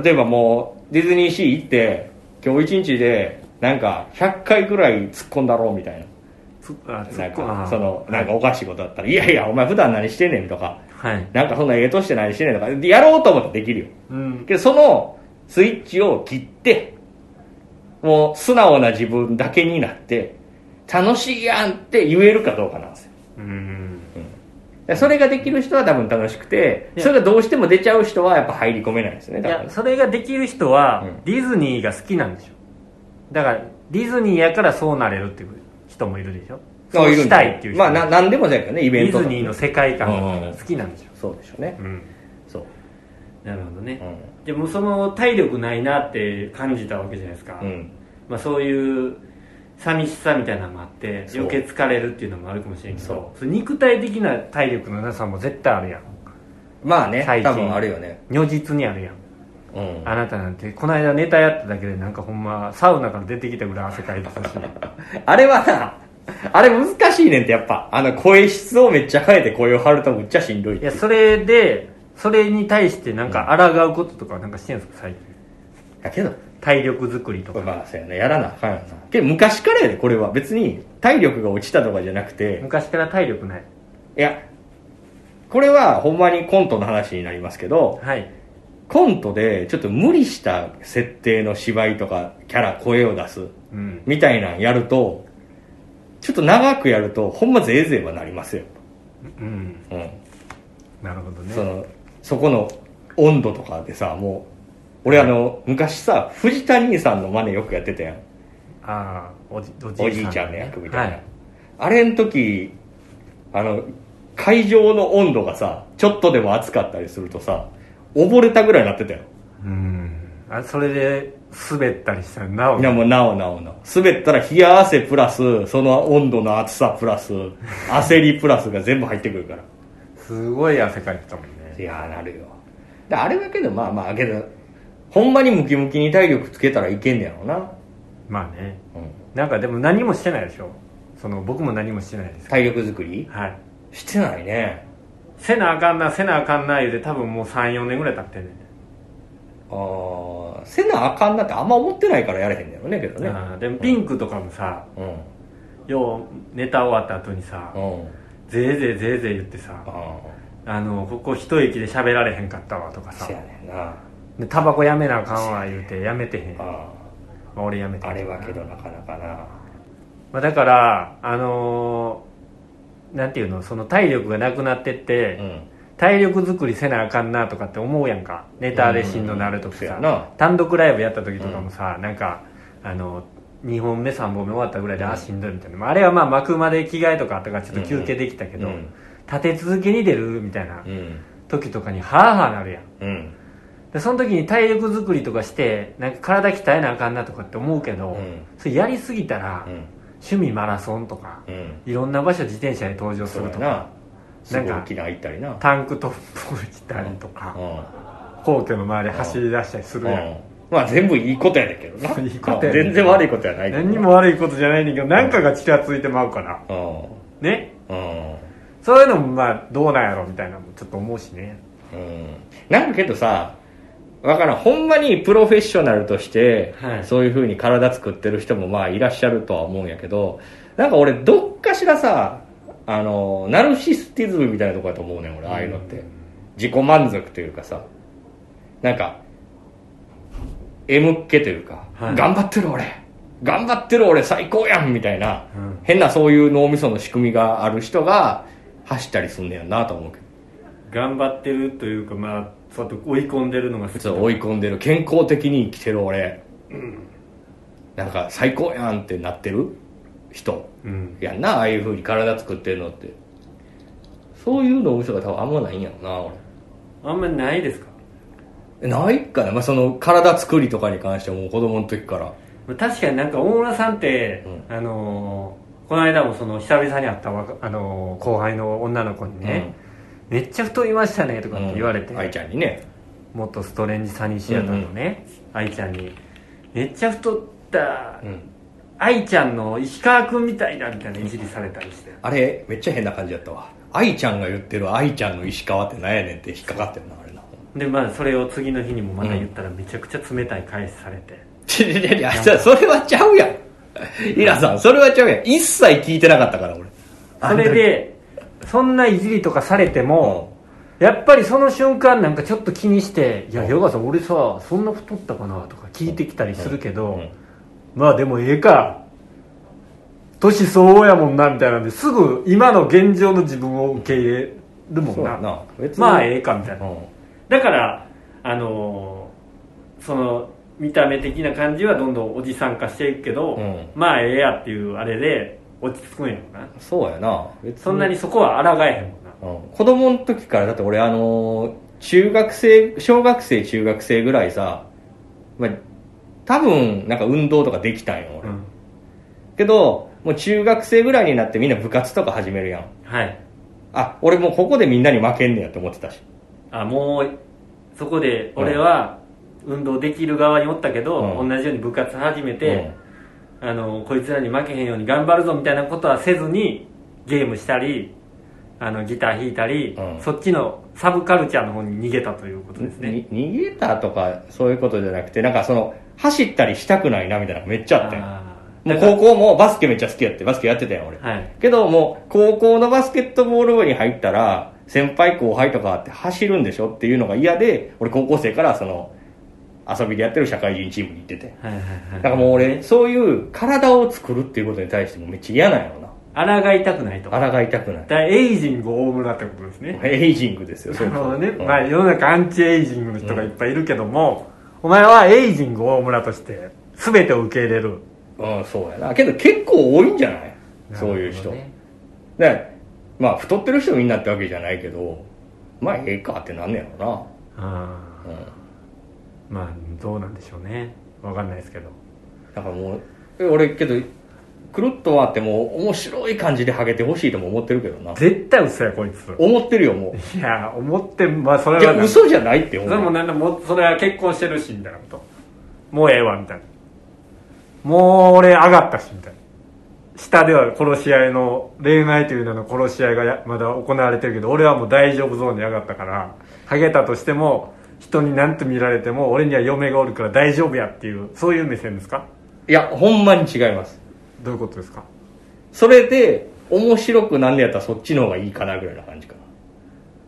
[SPEAKER 2] 例えばもうディズニーシー行って今日一日でなんか100回ぐらい突っ込んだろうみたいな
[SPEAKER 1] つあつ
[SPEAKER 2] なん
[SPEAKER 1] っこあ
[SPEAKER 2] か
[SPEAKER 1] ー
[SPEAKER 2] そのなんかおかしいことだったら「いやいやお前普段何してんねん」とか
[SPEAKER 1] はい
[SPEAKER 2] なんかそんなええとして何してねんとか、やろうと思ったらできるよ。
[SPEAKER 1] うん
[SPEAKER 2] けどそのスイッチを切って、もう素直な自分だけになって、楽しいやんって言えるかどうかなんですよ。
[SPEAKER 1] うん
[SPEAKER 2] でそれができる人は多分楽しくて、
[SPEAKER 1] いや
[SPEAKER 2] それがどうしても出ちゃう人はやっぱ入り込めないですね、
[SPEAKER 1] い
[SPEAKER 2] だから
[SPEAKER 1] や
[SPEAKER 2] ね。
[SPEAKER 1] それができる人は
[SPEAKER 2] うん
[SPEAKER 1] ディズニーが好きなんでしょだからディズニーやからそうなれるっていう人もいるでしょ
[SPEAKER 2] あ
[SPEAKER 1] そう
[SPEAKER 2] るん
[SPEAKER 1] し
[SPEAKER 2] だ
[SPEAKER 1] た
[SPEAKER 2] よ
[SPEAKER 1] いっていう人
[SPEAKER 2] まあな、なんでもそうやけどね、イベ
[SPEAKER 1] デ
[SPEAKER 2] ント
[SPEAKER 1] ィ
[SPEAKER 2] と
[SPEAKER 1] ズ
[SPEAKER 2] か
[SPEAKER 1] ニーの世界観が好きなんでしょ
[SPEAKER 2] そうでしょうね。
[SPEAKER 1] うん
[SPEAKER 2] そう。
[SPEAKER 1] なるほどね
[SPEAKER 2] う、ん
[SPEAKER 1] でもその体力ないなって感じたわけじゃないですか、
[SPEAKER 2] うん
[SPEAKER 1] まあ、そういう寂しさみたいなのもあって
[SPEAKER 2] そう
[SPEAKER 1] 余計疲れるっていうのもあるかもしれんけど
[SPEAKER 2] そ
[SPEAKER 1] その肉体的な体力のなさも絶対あるやん
[SPEAKER 2] まあね
[SPEAKER 1] 最近
[SPEAKER 2] 多分あるよね
[SPEAKER 1] 如実にあるやん
[SPEAKER 2] うん
[SPEAKER 1] あなたなんてこの間ネタやっただけでなんかほんまサウナから出てきたぐらい汗かいてたし
[SPEAKER 2] *laughs* あれはなあれ難しいねんってやっぱあの声質をめっちゃ変えて声を張るとむっちゃしんどいっ
[SPEAKER 1] い
[SPEAKER 2] てい
[SPEAKER 1] や
[SPEAKER 2] う
[SPEAKER 1] それでそれに対してなんか抗うこととかなんかしてんすか最近
[SPEAKER 2] やけど
[SPEAKER 1] 体力作りとか
[SPEAKER 2] まあそうやねやらなあかんよなけど昔からやでこれは別に体力が落ちたとかじゃなくて
[SPEAKER 1] 昔から体力ない
[SPEAKER 2] いやこれはほんまにコントの話になりますけど
[SPEAKER 1] はい
[SPEAKER 2] コントでちょっと無理した設定の芝居とかキャラ声を出す
[SPEAKER 1] うん
[SPEAKER 2] みたいなんやるとちょっと長くやるとほんまぜいぜいはなりますよ、
[SPEAKER 1] うん
[SPEAKER 2] うん、
[SPEAKER 1] なるほどね
[SPEAKER 2] そのそこの温度とかでさもう俺あの昔さ藤田兄さんの真似よくやってたやん
[SPEAKER 1] ああおじおじいさん
[SPEAKER 2] おじいちゃんの役みたいな、
[SPEAKER 1] はい
[SPEAKER 2] あれん時あの会場の温度がさちょっとでも暑かったりするとさ溺れたぐらいになってたよ
[SPEAKER 1] うんあそれで滑ったりしたらなお
[SPEAKER 2] いやもうなおなおなお滑ったら冷や汗プラスその温度の暑さプ
[SPEAKER 1] *laughs*
[SPEAKER 2] ラス焦りプラスが全部入ってくるから
[SPEAKER 1] すごい汗かいてたもん
[SPEAKER 2] い
[SPEAKER 1] ね
[SPEAKER 2] やーなるよであれだけどまあまあけどほんまにムキムキに体力つけたらいけんねやろな、
[SPEAKER 1] まあね
[SPEAKER 2] うん、
[SPEAKER 1] なんかでも何もしてないでしょその僕も何もしてないです
[SPEAKER 2] 体力作り
[SPEAKER 1] はい
[SPEAKER 2] してないね
[SPEAKER 1] せなあかんなせなあかんな言うて多分もう34年ぐらい経ってんねん
[SPEAKER 2] あーせなあかんなってあんま思ってないからやれへんねやろねけどね
[SPEAKER 1] あーでもピンクとかもさ、
[SPEAKER 2] うん
[SPEAKER 1] ようネタ終わった後にさ、
[SPEAKER 2] うん
[SPEAKER 1] ぜーぜーぜーぜー言ってさ
[SPEAKER 2] あ
[SPEAKER 1] あのここ一駅で喋られへんかったわとか
[SPEAKER 2] あ
[SPEAKER 1] さ
[SPEAKER 2] せやねんな
[SPEAKER 1] でタバコやめなあかんわ言うてやめてへん、ま
[SPEAKER 2] あ
[SPEAKER 1] あ、俺やめて
[SPEAKER 2] あ
[SPEAKER 1] ん
[SPEAKER 2] あれはけどなかなかな
[SPEAKER 1] まあ、だからあのーなんていうのその体力がなくなってって、
[SPEAKER 2] うん
[SPEAKER 1] 体力作りせなあかんなとかって思うやんかネタでしんどなるとか
[SPEAKER 2] うんうん
[SPEAKER 1] さ、
[SPEAKER 2] うんそうやな
[SPEAKER 1] 単独ライブやった時とかもさ、なんかあの2本目3本目終わったぐらいで、あしんどいみたいなまああれはまあ幕まで着替えとかあったからちょっと休憩できたけど、
[SPEAKER 2] うんうん
[SPEAKER 1] 立て続けに出るみたいな
[SPEAKER 2] うん
[SPEAKER 1] 時とかにハーハーなるやん
[SPEAKER 2] うん
[SPEAKER 1] でその時に体力作りとかしてなんか体鍛えなあかんなとかって思うけど、
[SPEAKER 2] うん
[SPEAKER 1] それやりすぎたら、
[SPEAKER 2] うん
[SPEAKER 1] 趣味マラソンとか
[SPEAKER 2] うん
[SPEAKER 1] いろんな場所自転車で登場す
[SPEAKER 2] そう
[SPEAKER 1] る
[SPEAKER 2] や
[SPEAKER 1] とか
[SPEAKER 2] なすぐ沖縄行ったりな
[SPEAKER 1] タンクトップを着たりとか、
[SPEAKER 2] う
[SPEAKER 1] 皇居の周り走り出したりする
[SPEAKER 2] んう
[SPEAKER 1] やん
[SPEAKER 2] んまあ全部いいことやねんけどな
[SPEAKER 1] いいことやねんけど
[SPEAKER 2] 全然悪いことやないけど
[SPEAKER 1] 何にも悪いことじゃないねんだけど何かがちらついてまうから
[SPEAKER 2] う
[SPEAKER 1] ね
[SPEAKER 2] んうん
[SPEAKER 1] そういうのもまあどうなんやろみたいなのもちょっと思うしね
[SPEAKER 2] うんなんかけどさわからんほんまにプロフェッショナルとして、
[SPEAKER 1] はい
[SPEAKER 2] そういうふうに体作ってる人もまあいらっしゃるとは思うんやけどなんか俺どっかしらさあのナルシスティズムみたいなとこやと思うねん俺ああいうのって自己満足というかさなんか M っ気というか、
[SPEAKER 1] はい
[SPEAKER 2] 頑張ってる俺頑張ってる俺最高やんみたいな、
[SPEAKER 1] うん
[SPEAKER 2] 変なそういう脳みその仕組みがある人が走ったりすんねやなと思うけど
[SPEAKER 1] 頑張ってるというかまあそうやって追い込んでるのが好き
[SPEAKER 2] そう追い込んでる健康的に生きてる俺、なんか最高やんってなってる人
[SPEAKER 1] うん
[SPEAKER 2] やんなああいう風に体作ってるのってそういうの嘘が多分あんまないんやろな俺
[SPEAKER 1] あんまりないですか
[SPEAKER 2] えないかな、まあ、その体作りとかに関してはもう子供の時から
[SPEAKER 1] まあ確かになんか大村さんって、
[SPEAKER 2] う
[SPEAKER 1] あのーこの間もその久々に会った若、あのー後輩の女の子にね、めっちゃ太りましたねとかって言われて、
[SPEAKER 2] うん愛ちゃんにね
[SPEAKER 1] 元ストレンジサニシアターのね、愛ちゃんに「めっちゃ太った
[SPEAKER 2] うん
[SPEAKER 1] 愛ちゃんの石川君みたいだ」みたいないじりされたりして
[SPEAKER 2] あれめっちゃ変な感じだったわ愛ちゃんが言ってる愛ちゃんの石川ってなんやねんって引っかかってるなあれな
[SPEAKER 1] でまあそれを次の日にもまた言ったらめちゃくちゃ冷たい返しされて、
[SPEAKER 2] ちょちょちょいやそそれはちゃうやんイラさんそれはちゃうやん一切聞いてなかったから俺
[SPEAKER 1] それでそんないじりとかされても、やっぱりその瞬間なんかちょっと気にして「いやヨガさん俺さそんな太ったかな?」とか聞いてきたりするけど、
[SPEAKER 2] うん
[SPEAKER 1] まあでもええか年相応やもんなみたいなんですぐ今の現状の自分を受け入れるも
[SPEAKER 2] そ
[SPEAKER 1] ん
[SPEAKER 2] う
[SPEAKER 1] な
[SPEAKER 2] やな別
[SPEAKER 1] まあええかみたいな、
[SPEAKER 2] うん
[SPEAKER 1] だからあのーその見た目的な感じはどんどんおじさん化していくけど、
[SPEAKER 2] うん
[SPEAKER 1] まあええやっていうあれで落ち着くんやろな
[SPEAKER 2] そうやな別
[SPEAKER 1] そんなにそこは抗えへんもんな
[SPEAKER 2] うん子供の時からだって俺あのー中学生小学生中学生ぐらいさ、まあ、多分なんか運動とかできたんよ俺、
[SPEAKER 1] うん
[SPEAKER 2] けどもう中学生ぐらいになってみんな部活とか始めるやん
[SPEAKER 1] はい
[SPEAKER 2] あ俺もうここでみんなに負けんねやって思ってたし
[SPEAKER 1] あもうそこで俺は運動できる側におったけど、
[SPEAKER 2] うん
[SPEAKER 1] 同じように部活始めて、あのこいつらに負けへんように頑張るぞみたいなことはせずにゲームしたりあのギター弾いたり、
[SPEAKER 2] うん
[SPEAKER 1] そっちのサブカルチャーの方に逃げたということ
[SPEAKER 2] うん
[SPEAKER 1] ですね
[SPEAKER 2] に逃げたとかそういうことじゃなくてなんかその走ったりしたくないなみたいなのめっちゃあって
[SPEAKER 1] あ
[SPEAKER 2] も
[SPEAKER 1] ー
[SPEAKER 2] う
[SPEAKER 1] だから
[SPEAKER 2] 高校もバスケめっちゃ好きやってバスケやってたよ俺、
[SPEAKER 1] はい
[SPEAKER 2] けどもう高校のバスケットボール部に入ったら先輩後輩とかあって走るんでしょっていうのが嫌で俺高校生からその遊びでやってる社会人チームに行ってて
[SPEAKER 1] はいはいはい
[SPEAKER 2] だからもう俺そういう体を作るっていうことに対してもめっちゃ嫌なんやろな
[SPEAKER 1] 抗いたくないとだか
[SPEAKER 2] 抗いた
[SPEAKER 1] *laughs*
[SPEAKER 2] くない
[SPEAKER 1] らエイジング大村ってことですね
[SPEAKER 2] エイジングですよ
[SPEAKER 1] そ
[SPEAKER 2] そううそう、
[SPEAKER 1] ね、
[SPEAKER 2] うん
[SPEAKER 1] まあ世の中アンチエイジングの人がいっぱいいるけども、お前はエイジング大村として全てを受け入れる
[SPEAKER 2] うん、そうやなけど結構多いんじゃないそういう人、
[SPEAKER 1] なる
[SPEAKER 2] でまあ太ってる人みんなってわけじゃないけどまあええかってなんねやろ
[SPEAKER 1] ほどねあ
[SPEAKER 2] な、う
[SPEAKER 1] ーまあ
[SPEAKER 2] ん、
[SPEAKER 1] どうなんでしょうねわかんないですけど
[SPEAKER 2] だからもうえ俺けどくるっと回ってもう面白い感じでハゲてほしいとも思ってるけどな
[SPEAKER 1] 絶対嘘やこいつ
[SPEAKER 2] 思ってるよも
[SPEAKER 1] いや思ってまあそうれ
[SPEAKER 2] いや
[SPEAKER 1] はな
[SPEAKER 2] 嘘じゃないって
[SPEAKER 1] それも
[SPEAKER 2] 思う
[SPEAKER 1] なんだもうそれは結婚してるしみたいなこともうええわみたいなもう俺上がったしみたいな下では殺し合いの恋愛という名の殺し合いがやまだ行われてるけど俺はもう大丈夫ゾーンに上がったからハゲたとしても人に何と見られても俺には嫁がおるから大丈夫やっていうそういう目線ですか
[SPEAKER 2] いやほんまに違います
[SPEAKER 1] どういうことですか
[SPEAKER 2] それで面白くなんねやったらそっちの方がいいかなぐらいな感じか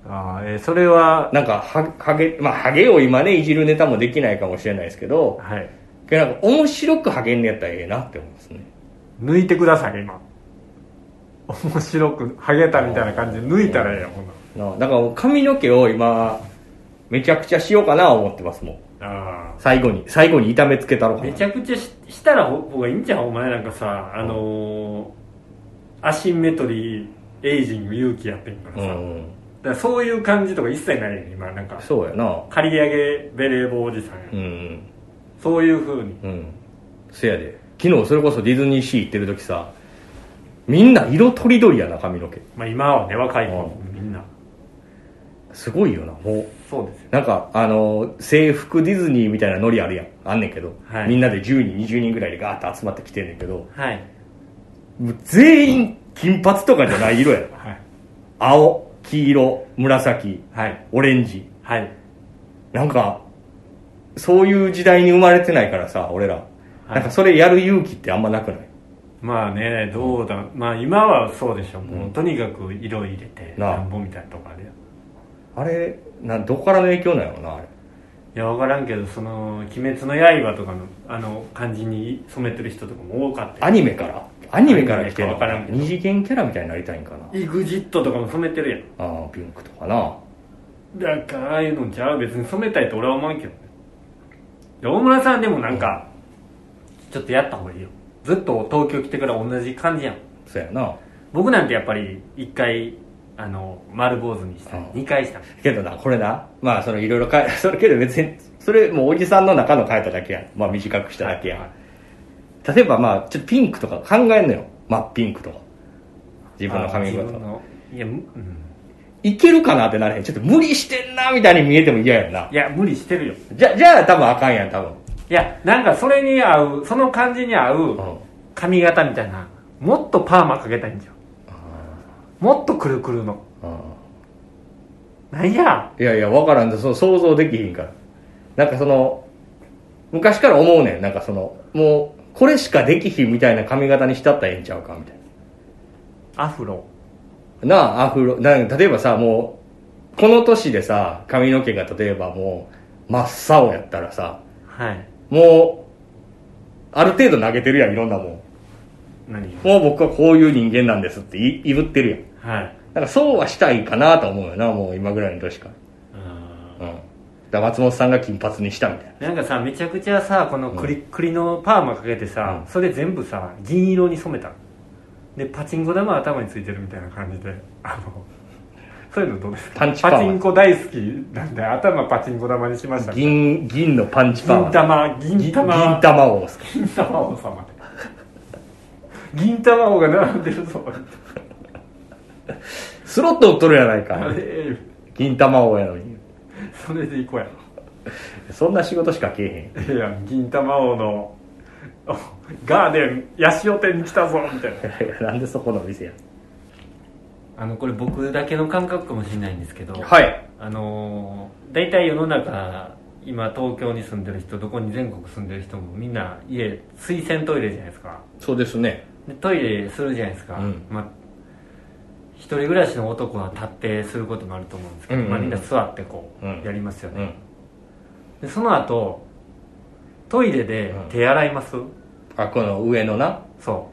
[SPEAKER 1] ああ、えーそれは
[SPEAKER 2] ななんかハハゲまあハゲを今ねいじるネタもできないかもしれないですけど
[SPEAKER 1] はい
[SPEAKER 2] けどなんか面白くハゲんねやったらええなって思いますね
[SPEAKER 1] 抜いてください今面白くハゲたみたいな感じで抜いたらええやんほんなら
[SPEAKER 2] なだからもう髪の毛を今めちゃくちゃしようかな思ってますもん
[SPEAKER 1] ああ
[SPEAKER 2] 最後に最後に痛めつけたろかな
[SPEAKER 1] めちゃくちゃししたらほうがいいんじゃんお前なんかさあのーアシンメトリーエイジング勇気やってるからさ、
[SPEAKER 2] う
[SPEAKER 1] だか
[SPEAKER 2] んうん
[SPEAKER 1] らそういう感じとか一切ないよ今なんか
[SPEAKER 2] そうやな
[SPEAKER 1] 刈り上げベレー帽おじさんや、
[SPEAKER 2] うん
[SPEAKER 1] そういうふうに
[SPEAKER 2] うんせやで昨日それこそディズニーシー行ってる時さみんな色とりどりやな髪の毛
[SPEAKER 1] まあ今はね若い子みんな
[SPEAKER 2] すごいよなもう
[SPEAKER 1] そうですよ
[SPEAKER 2] なんかあの制服ディズニーみたいなノリあるやんあんねんけど、
[SPEAKER 1] はい
[SPEAKER 2] みんなで10人20人ぐらいでガーッと集まってきてんねんけど
[SPEAKER 1] はい
[SPEAKER 2] もう全員金髪とかじゃない色や
[SPEAKER 1] はい
[SPEAKER 2] 青黄色紫
[SPEAKER 1] はい
[SPEAKER 2] オレンジ
[SPEAKER 1] はい
[SPEAKER 2] なんかそういう時代に生まれてないからさ俺ら、
[SPEAKER 1] い
[SPEAKER 2] なんかそれやる勇気ってあんまなくない
[SPEAKER 1] まあねどうだまあ今はそうでしょもう、とにかく色入れて
[SPEAKER 2] なあ
[SPEAKER 1] なんぼみたいなとこあるやん
[SPEAKER 2] あれなんどこからの影響なんやろなあれ
[SPEAKER 1] いや分からんけどその「鬼滅の刃」とかのあの感じに染めてる人とかも多かったよ
[SPEAKER 2] アニメからアニメから来てる
[SPEAKER 1] アニメかわからんけど
[SPEAKER 2] 二次元キャラみたいになりたいんかな
[SPEAKER 1] EXIT とかも染めてる
[SPEAKER 2] ああピンクとかな
[SPEAKER 1] やんだからああいうのじゃあ別に染めたいと俺は思わんけどねいや大村さんでもなんかちょっとやった方がいいよずっと東京来てから同じ感じやん
[SPEAKER 2] そうやな
[SPEAKER 1] 僕なんてやっぱり1回あの丸坊主にしたり
[SPEAKER 2] うん
[SPEAKER 1] 2回したり
[SPEAKER 2] けどなこれなまあそのいろい *laughs* ろ変えそれけど別にそれもうおじさんの中の変えただけやんまあ短くしただけやん、例えばまあちょっとピンクとか考えんのよ真っピンクとか自分の髪
[SPEAKER 1] あ自
[SPEAKER 2] 型
[SPEAKER 1] 分のいや,、うん、
[SPEAKER 2] いけるかなってなれへんちょっと無理してんなみたいに見えても嫌やんない
[SPEAKER 1] や無理してるよ
[SPEAKER 2] じゃじゃあ多分あかんやん多分
[SPEAKER 1] いやなんかそれに合うその感じに合う、
[SPEAKER 2] うん
[SPEAKER 1] 髪型みたいなもっとパーマかけたいんじゃんもっとくるくるの
[SPEAKER 2] うん
[SPEAKER 1] なんや
[SPEAKER 2] いやいや、わからんで、そう想像できひんから。なんかその、昔から思うねん。なんかその、もう、これしかできひんみたいな髪型にしたったらええんちゃうか、みたい
[SPEAKER 1] アフロ
[SPEAKER 2] な。なあ、アフロ、なんか例えばさ、もう、この年でさ、髪の毛が例えばもう、真っ青やったらさ、
[SPEAKER 1] はい
[SPEAKER 2] もう、ある程度投げてるやん、いろんなもん。
[SPEAKER 1] 何
[SPEAKER 2] もう僕はこういう人間なんですってい、いぶってるやん。
[SPEAKER 1] はい
[SPEAKER 2] なんかそうはしたいかなと思うよな、もう今ぐらいの年から。
[SPEAKER 1] うん
[SPEAKER 2] うん。だから松本さんが金髪にしたみたいな。
[SPEAKER 1] なんかさめちゃくちゃさこの栗,、栗のパーマかけてさ、
[SPEAKER 2] うん
[SPEAKER 1] それ全部さ銀色に染めたのでパチンコ玉頭についてるみたいな感じであの
[SPEAKER 3] そういうのどうですか
[SPEAKER 2] パンチパーマ
[SPEAKER 3] チンコ大好きなんで頭パチンコ玉にしました銀
[SPEAKER 2] 銀銀のパンチパーマ
[SPEAKER 3] 玉銀玉
[SPEAKER 2] 銀玉王っすか
[SPEAKER 3] 銀玉王様銀玉王が並んでるぞ
[SPEAKER 2] スロットを取るやない
[SPEAKER 3] あ
[SPEAKER 2] か
[SPEAKER 3] れ
[SPEAKER 2] 銀玉王やのに
[SPEAKER 3] それで行こうや
[SPEAKER 2] そんな仕事しかけえへん
[SPEAKER 3] いや銀玉王の *laughs* おガーデン八潮店に来たぞみたいな
[SPEAKER 2] なん *laughs* でそこの店や
[SPEAKER 1] あのこれ僕だけの感覚かもしれないんですけど、
[SPEAKER 2] はい
[SPEAKER 1] あのー大体世の中今東京に住んでる人どこに全国住んでる人もみんな家水洗トイレじゃないですか
[SPEAKER 2] そうですね
[SPEAKER 1] でトイレするじゃないですか、
[SPEAKER 2] うん
[SPEAKER 1] まあ一人暮らしの男は立ってすることもあると思うんですけど、
[SPEAKER 2] うんうん
[SPEAKER 1] まあ、みんな座ってこう
[SPEAKER 2] うん
[SPEAKER 1] やりますよ
[SPEAKER 2] う
[SPEAKER 1] ね、
[SPEAKER 2] ん
[SPEAKER 1] でその後トイレで手洗います、
[SPEAKER 2] あこの上のな
[SPEAKER 1] そ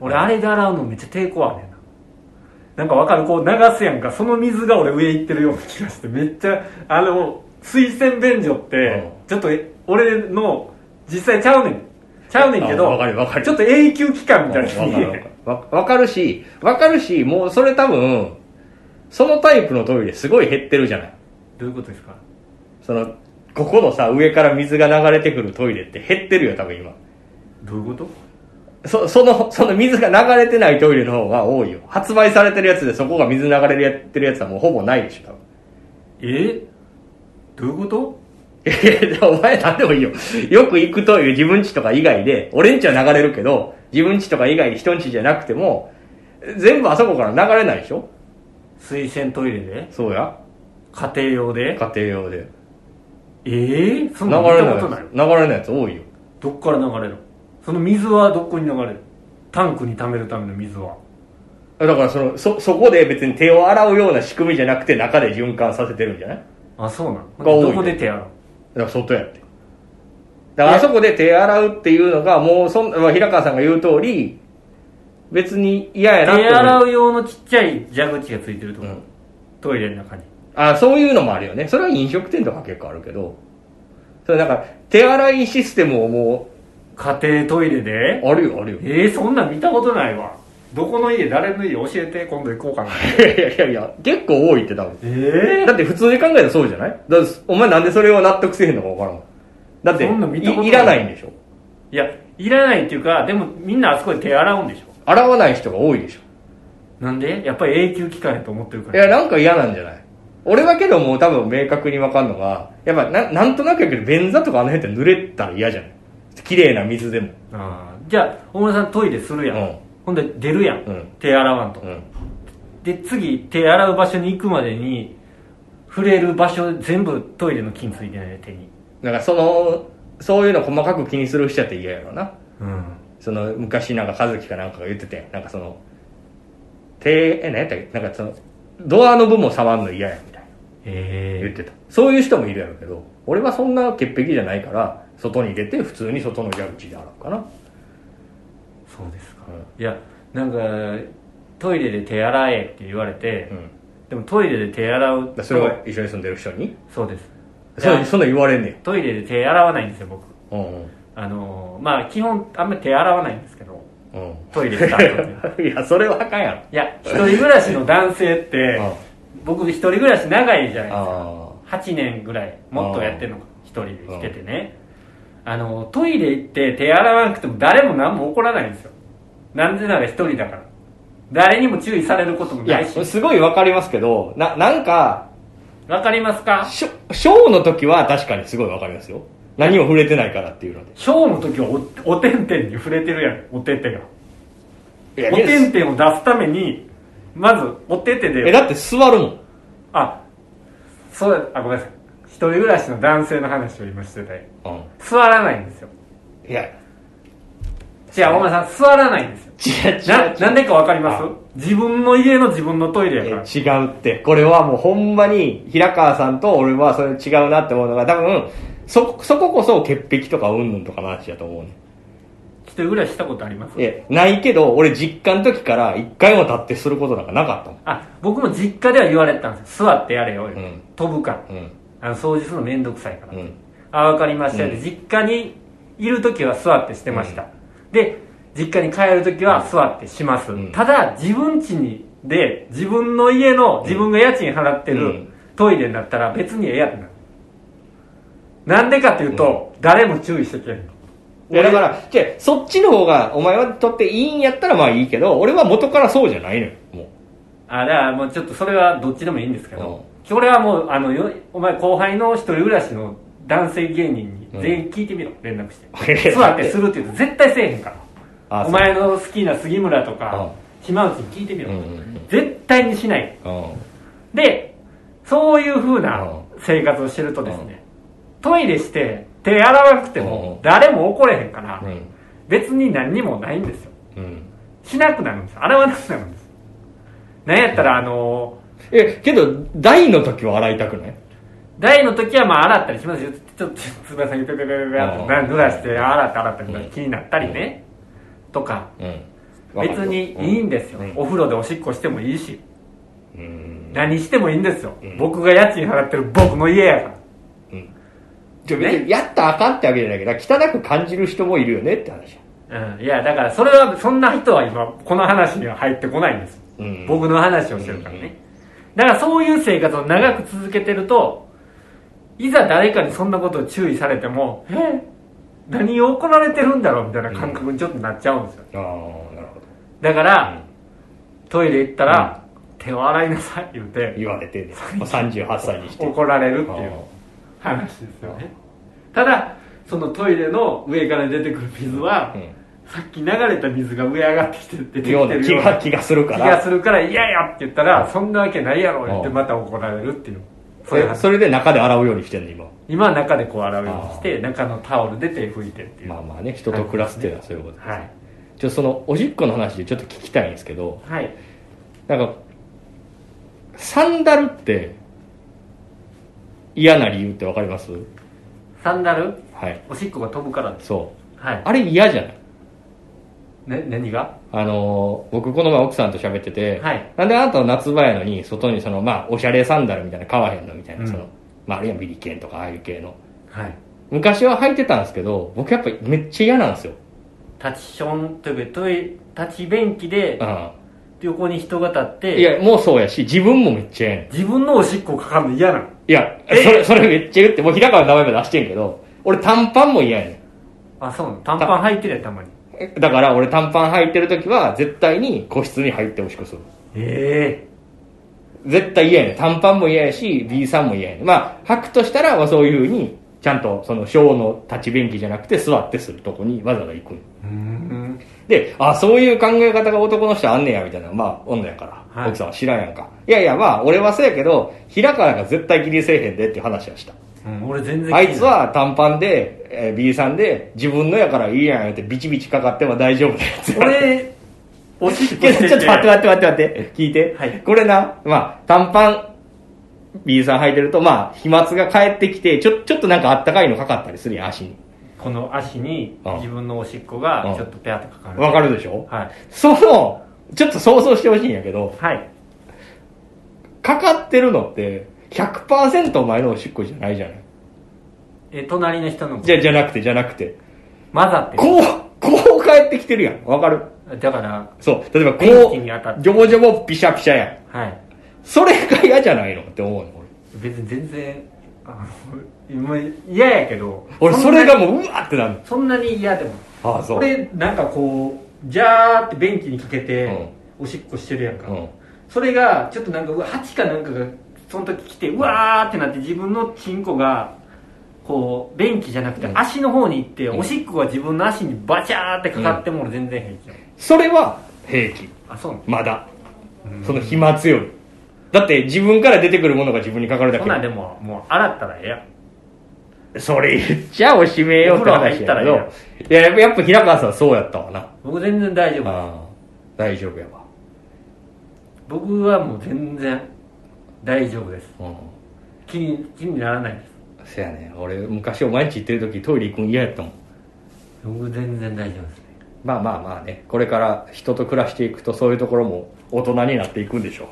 [SPEAKER 1] う俺あれで洗うのめっちゃ抵抗あるねんななんかわかるこう流すやんかその水が俺上行ってるような気がしてめっちゃ
[SPEAKER 3] あの水洗便所って
[SPEAKER 2] う
[SPEAKER 3] ちょっと俺の実際ちゃうねんちゃうねんけ
[SPEAKER 2] あ
[SPEAKER 3] ど
[SPEAKER 2] わかるわかる
[SPEAKER 3] ちょっと永久期間みたい
[SPEAKER 2] わ
[SPEAKER 3] な
[SPEAKER 2] かるわかるわかるしわかるしもうそれ多分そのタイプのトイレすごい減ってるじゃない
[SPEAKER 1] どういうことですか
[SPEAKER 2] そのここのさ上から水が流れてくるトイレって減ってるよ多分今
[SPEAKER 1] どういうこと
[SPEAKER 2] そそのその水が流れてないトイレの方が多いよ発売されてるやつでそこが水流れるやってるやつはもうほぼないでしょ多分
[SPEAKER 1] えどういうこと
[SPEAKER 2] えお前何でもいいよ。よく行くという自分家とか以外で、俺ん家は流れるけど、自分家とか以外人ん家じゃなくても、全部あそこから流れないでしょ
[SPEAKER 1] 水洗トイレで
[SPEAKER 2] そうや。
[SPEAKER 1] 家庭用で
[SPEAKER 2] 家庭用で。
[SPEAKER 1] ええそん
[SPEAKER 2] 流
[SPEAKER 1] なの見
[SPEAKER 2] れ
[SPEAKER 1] た
[SPEAKER 2] ない
[SPEAKER 1] こと
[SPEAKER 2] や
[SPEAKER 1] ない
[SPEAKER 2] つ。流れないやつ多いよ。
[SPEAKER 1] どっから流れるその水はどこに流れるタンクに溜めるための水は
[SPEAKER 2] だからその、そ、そこで別に手を洗うような仕組みじゃなくて中で循環させてるんじゃないだ
[SPEAKER 1] あそうなん
[SPEAKER 2] が多いね
[SPEAKER 1] どこで手洗う
[SPEAKER 2] から外やって。だからあそこで手洗うっていうのが、もうそん、まあ平川さんが言う通り、別に嫌や
[SPEAKER 1] 手
[SPEAKER 2] なって思う
[SPEAKER 1] 洗う用のちっちゃい蛇口がついてるとこ、
[SPEAKER 2] うん
[SPEAKER 1] トイレの中に
[SPEAKER 2] あそういうのもあるよねそれは飲食店とか結構あるけどそれなんか手洗いシステムをも
[SPEAKER 1] 家庭トイレで
[SPEAKER 2] うあるよあ *laughs* るよい
[SPEAKER 1] えー、そんなん見たことないわどこの家誰の家教えて今度行こうかな
[SPEAKER 2] やいやいやいや結構多いって多分
[SPEAKER 1] ええ
[SPEAKER 2] だって普通に考えたらそうじゃないだってお前なんでそれを納得せえへんのか分からんだって
[SPEAKER 1] そんなん見たことない
[SPEAKER 2] いいらないんでしょ
[SPEAKER 1] いやいらないっていうかでもみんなあそこで手洗うんでしょ
[SPEAKER 2] 洗わない人が多いでしょ
[SPEAKER 1] なんでやっぱり永久期間やと思ってるか
[SPEAKER 2] い
[SPEAKER 1] ら
[SPEAKER 2] やなんか嫌なんじゃない俺だけどもう多分明確に分かんのがやっぱななんとなくやけど便座とかあの辺って濡れたら嫌じゃない綺麗な水でも
[SPEAKER 1] あーじゃあ大村さんトイレするやん、
[SPEAKER 2] うん
[SPEAKER 1] ほんで出るやん、
[SPEAKER 2] うん
[SPEAKER 1] 手洗わんと、
[SPEAKER 2] うん
[SPEAKER 1] で次手洗う場所に行くまでに触れる場所全部トイレの菌ついてないで手に
[SPEAKER 2] なんかそのそういうの細かく気にする人やって嫌やろな
[SPEAKER 1] うん
[SPEAKER 2] その昔なんか和樹かなんかが言っててなんかその手え何やったっけなんかそのドアノブも触んの嫌やみたいな言っ
[SPEAKER 1] え
[SPEAKER 2] てたそういう人もいるやろうけど俺はそんな潔癖じゃないから外に出て普通に外の蛇口で洗うかな
[SPEAKER 1] えそうですか、
[SPEAKER 2] うん
[SPEAKER 1] いやなんかトイレで手洗えって言われて、
[SPEAKER 2] うん
[SPEAKER 1] でもトイレで手洗う
[SPEAKER 2] だそれは一緒に住んでる人に
[SPEAKER 1] そうです
[SPEAKER 2] そ
[SPEAKER 1] いや
[SPEAKER 2] うそんなん言われんね
[SPEAKER 1] トイレで手洗わないんですよ僕
[SPEAKER 2] んうん
[SPEAKER 1] あのーまあ基本あんまり手洗わないんですけど
[SPEAKER 2] うん
[SPEAKER 1] トイレした後に
[SPEAKER 2] いやそれはあかんやろ
[SPEAKER 1] いや一人暮らしの男性って
[SPEAKER 2] あ
[SPEAKER 1] 僕一人暮らし長いじゃないですか
[SPEAKER 2] あ
[SPEAKER 1] 8年ぐらいもっとやってんのか一人で来ててねあのトイレ行って手洗わなくても誰も何も怒らないんですよなんでなら一人だから誰にも注意されることも
[SPEAKER 2] い
[SPEAKER 1] な
[SPEAKER 2] や
[SPEAKER 1] いし
[SPEAKER 2] すごいわかりますけどななんか
[SPEAKER 1] わかりますか
[SPEAKER 2] ショショーの時は確かにすごいわかりますよ何も触れてないからっていうので
[SPEAKER 1] ショーの時はおおてんてんに触れてるやんおててが
[SPEAKER 2] いや
[SPEAKER 1] おてんてんを出すためにまずおてて
[SPEAKER 2] え
[SPEAKER 1] で
[SPEAKER 2] だって座るもん
[SPEAKER 1] あそうあごめんなさい一人暮らしの男性の話を今してて
[SPEAKER 2] う
[SPEAKER 1] 座らないんですよ
[SPEAKER 2] んいや
[SPEAKER 1] 違うお前さん座らないんですよ
[SPEAKER 2] 違う違う
[SPEAKER 1] ななんでかわかります
[SPEAKER 2] あ
[SPEAKER 1] 自分の家の自分のトイレやから
[SPEAKER 2] え違うってこれはもうほんまに平川さんと俺はそれ違うなって思うのが多分そそここそ潔癖とかうんぬんとかの話だと思うね
[SPEAKER 1] 一人暮らししたことあります
[SPEAKER 2] えないけど俺実家の時から一回も立ってすることなんかなかったもん
[SPEAKER 1] あ僕も実家では言われてたんですよ座ってやれよ、
[SPEAKER 2] ん
[SPEAKER 1] 飛ぶから、
[SPEAKER 2] うん
[SPEAKER 1] あの掃除するの面倒くさいから、
[SPEAKER 2] うん
[SPEAKER 1] あわかりました、
[SPEAKER 2] うん
[SPEAKER 1] 実家にいる時は座ってしてました、で実家に帰る時は座ってします、
[SPEAKER 2] ん
[SPEAKER 1] ただ自分家にで自分の家の自分が家賃払って
[SPEAKER 2] う
[SPEAKER 1] る
[SPEAKER 2] ん
[SPEAKER 1] トイレになったら別にええやってなるなんでかっていうと、誰も注意してくれんの
[SPEAKER 2] いやだから、じゃあそっちの方が、お前はとっていいんやったらまあいいけど、俺は元からそうじゃないのよ、も
[SPEAKER 1] あだからもうちょっとそれはどっちでもいいんですけど、
[SPEAKER 2] う
[SPEAKER 1] これはもうあのよお前後輩の一人暮らしの男性芸人に全員聞いてみろ、連絡
[SPEAKER 2] *laughs*
[SPEAKER 1] して *laughs*
[SPEAKER 2] う。いや
[SPEAKER 1] 座ってするって言うと絶対せえへんから
[SPEAKER 2] あ
[SPEAKER 1] お前の好きな杉村とか島内に聞いてみろ、
[SPEAKER 2] うんうんうん
[SPEAKER 1] 絶対にしない
[SPEAKER 2] うん。
[SPEAKER 1] でそういうふうな生活をしてるとですね、トイレして手洗わなくて
[SPEAKER 2] う
[SPEAKER 1] も
[SPEAKER 2] ん
[SPEAKER 1] 誰も怒れへんから、
[SPEAKER 2] うん。
[SPEAKER 1] 別に何にもないんですよ
[SPEAKER 2] うん。
[SPEAKER 1] しなくなるんです洗わなくなるんですなんやったらあの
[SPEAKER 2] え、けど、大の時は洗いたくない
[SPEAKER 1] 大の時はまあ洗ったりしますよちょっとつばさんにペペペペペペ
[SPEAKER 2] うん
[SPEAKER 1] って濡らして洗って洗ったり気になったりねとか
[SPEAKER 2] うん。わかる
[SPEAKER 1] 別にいいんですよ、
[SPEAKER 2] うん
[SPEAKER 1] お風呂でおしっこしてもいいし
[SPEAKER 2] うん。
[SPEAKER 1] 何してもいいんですよ、
[SPEAKER 2] ん
[SPEAKER 1] 僕が家賃払ってる僕の家やから
[SPEAKER 2] じゃあ別にやったらあかんってわけじゃないけど、汚く感じる人もいるよねって話。
[SPEAKER 1] うん、いやだからそれはそんな人は今この話には入ってこないんです、
[SPEAKER 2] うん
[SPEAKER 1] 僕の話をしてるからね、だからそういう生活を長く続けてるといざ誰かにそんなことを注意されてもえ何を怒られてるんだろうみたいな感覚にちょっとなっちゃうんですよ
[SPEAKER 2] ああ、なるほど。
[SPEAKER 1] だから、トイレ行ったら、手を洗いなさい言うて
[SPEAKER 2] 言われてね、38歳にして。
[SPEAKER 1] 怒られるっていう
[SPEAKER 2] あ
[SPEAKER 1] 話ですよねただそのトイレの上から出てくる水は、
[SPEAKER 2] あうん
[SPEAKER 1] さっき流れた水が上上がってきて出てきてるよ
[SPEAKER 2] よ
[SPEAKER 1] う
[SPEAKER 2] う
[SPEAKER 1] な
[SPEAKER 2] な気が、気がする
[SPEAKER 1] 気
[SPEAKER 2] から。
[SPEAKER 1] がするから嫌やって言ったら、そんなわけないやろ言って
[SPEAKER 2] うん
[SPEAKER 1] また怒られるっていう。そ
[SPEAKER 2] そう
[SPEAKER 1] いう
[SPEAKER 2] れ
[SPEAKER 1] 話。
[SPEAKER 2] それで中で洗うようにしてんの、今。
[SPEAKER 1] 今は中でこう洗うようにして、中のタオルで手拭いてっていう。
[SPEAKER 2] まあまあね、人と暮らすっていうのはそういうことです。
[SPEAKER 1] はい。
[SPEAKER 2] ちょそのおしっこの話でちょっと聞きたいんですけど
[SPEAKER 1] はい。
[SPEAKER 2] なんかサンダルって嫌な理由ってわかります
[SPEAKER 1] サンダル
[SPEAKER 2] はい
[SPEAKER 1] おしっこが飛ぶからです。
[SPEAKER 2] そう
[SPEAKER 1] はい。
[SPEAKER 2] あれ嫌じゃない
[SPEAKER 1] ね、何が
[SPEAKER 2] あのー僕この前奥さんと喋ってて、
[SPEAKER 1] はい
[SPEAKER 2] なんであなたの夏場やのに外にそのまあおしゃれサンダルみたいなの買わへんのみたい
[SPEAKER 1] う
[SPEAKER 2] な、
[SPEAKER 1] ん
[SPEAKER 2] そのまああるいはビリケンとかああいう系の
[SPEAKER 1] はい。
[SPEAKER 2] 昔は履いてたんですけど僕やっぱめっちゃ嫌なんですよ、
[SPEAKER 1] 立ちションというか、トイ立ち便器で
[SPEAKER 2] う
[SPEAKER 1] 横に人が立っ
[SPEAKER 2] ん、い
[SPEAKER 1] て、
[SPEAKER 2] やもうそうやし自分もめっちゃ嫌やねん
[SPEAKER 1] 自分のおしっこかかんの嫌なの。
[SPEAKER 2] いや、それ、それめっちゃ言って、もう平川の名前も出してんけど、俺短パンも嫌やね
[SPEAKER 1] あ、そうなの。短パン履いてるやんたまに。
[SPEAKER 2] ん。だから俺短パン履いてる時は、絶対に個室に入ってほしくする。
[SPEAKER 1] え
[SPEAKER 2] 絶対嫌やねん。短パンも嫌やし、B さんも嫌やねん。まあ、履くとしたら、まあそういう風に、ちゃんと、その、小の立ち便器じゃなくて、座ってするとこにわざわざ行くんよ
[SPEAKER 1] えうん。
[SPEAKER 2] で、あ、そういう考え方が男の人あんねや、みたいな。まあ、女やから。
[SPEAKER 1] はい
[SPEAKER 2] 奥さんは知らんやんか。いやいや、まあ、俺はそうやけど、平川が絶対気にせえへんでっていう話はした。
[SPEAKER 1] うん、俺全然
[SPEAKER 2] あいつは短パンで、えー B さんで、自分のやからいいやんってビチビチかかっても大丈夫なやつ。 *laughs*
[SPEAKER 1] 俺、おしっこ
[SPEAKER 2] け
[SPEAKER 1] してて。
[SPEAKER 2] どちょっと待って待って待って待って、聞いて。
[SPEAKER 1] はい
[SPEAKER 2] これな、まあ、短パン、B さん履いてると、まあ、飛沫が帰ってきて、ちょ、ちょっとなんかあったかいのかかったりするやん、足に。
[SPEAKER 1] この足に
[SPEAKER 2] うん
[SPEAKER 1] 自分のおしっこ
[SPEAKER 2] う
[SPEAKER 1] が
[SPEAKER 2] ん
[SPEAKER 1] ちょっとペアとかかる
[SPEAKER 2] わかるでしょ
[SPEAKER 1] はい
[SPEAKER 2] その、ちょっと想像してほしいんやけど、
[SPEAKER 1] はい
[SPEAKER 2] かかってるのって、100%お前のおしっこじゃないじゃない。
[SPEAKER 1] え隣の人の
[SPEAKER 2] じゃ、じゃなくて、じゃなくて。
[SPEAKER 1] 混ざって
[SPEAKER 2] こう、こう帰ってきてるやん。わかる
[SPEAKER 1] るだから
[SPEAKER 2] そう。例えばこ
[SPEAKER 1] 便器に当たっ
[SPEAKER 2] う、
[SPEAKER 1] て
[SPEAKER 2] ジョボジョボピシャピシャやん。
[SPEAKER 1] はい
[SPEAKER 2] それが嫌じゃないのって思うの
[SPEAKER 1] 別に全然あのもう嫌やけど
[SPEAKER 2] 俺。俺、そ
[SPEAKER 1] んな
[SPEAKER 2] れがもう、うわってなる
[SPEAKER 1] そんなに嫌でも
[SPEAKER 2] ああ、そ
[SPEAKER 1] 俺なんかこうジャーって便器にかけておしっこしてるやんか、
[SPEAKER 2] うん。
[SPEAKER 1] それがちょっとなんかうわ蜂かなんかがその時来てうわーってなって自分のチンコがこう便器じゃなくて
[SPEAKER 2] うん
[SPEAKER 1] 足の方に行って、
[SPEAKER 2] うん
[SPEAKER 1] おしっこが自分の足にバチャーってかかっても俺全然平気よ、
[SPEAKER 2] それは、平気。
[SPEAKER 1] あそうなの
[SPEAKER 2] まだ。その飛沫より。だって、自分から出てくるものが自分にかかるだ
[SPEAKER 1] そんなん
[SPEAKER 2] け。
[SPEAKER 1] でももう洗ったらええやん
[SPEAKER 2] それ言っちゃおしめよって話やけ
[SPEAKER 1] お
[SPEAKER 2] ど。いや、やっぱ平川さんそうやったわな。
[SPEAKER 1] 僕全然大丈夫
[SPEAKER 2] ああ、大丈夫やわ。
[SPEAKER 1] 僕はもう全然大丈夫です
[SPEAKER 2] うん。
[SPEAKER 1] 気に気にならないです
[SPEAKER 2] そやね。俺、昔お前んち行ってる時トイレ行くん嫌やったもん。
[SPEAKER 1] 僕全然大丈夫ですね
[SPEAKER 2] まあまあまあね、これから人と暮らしていくとそういうところも大人になっていくんでしょう。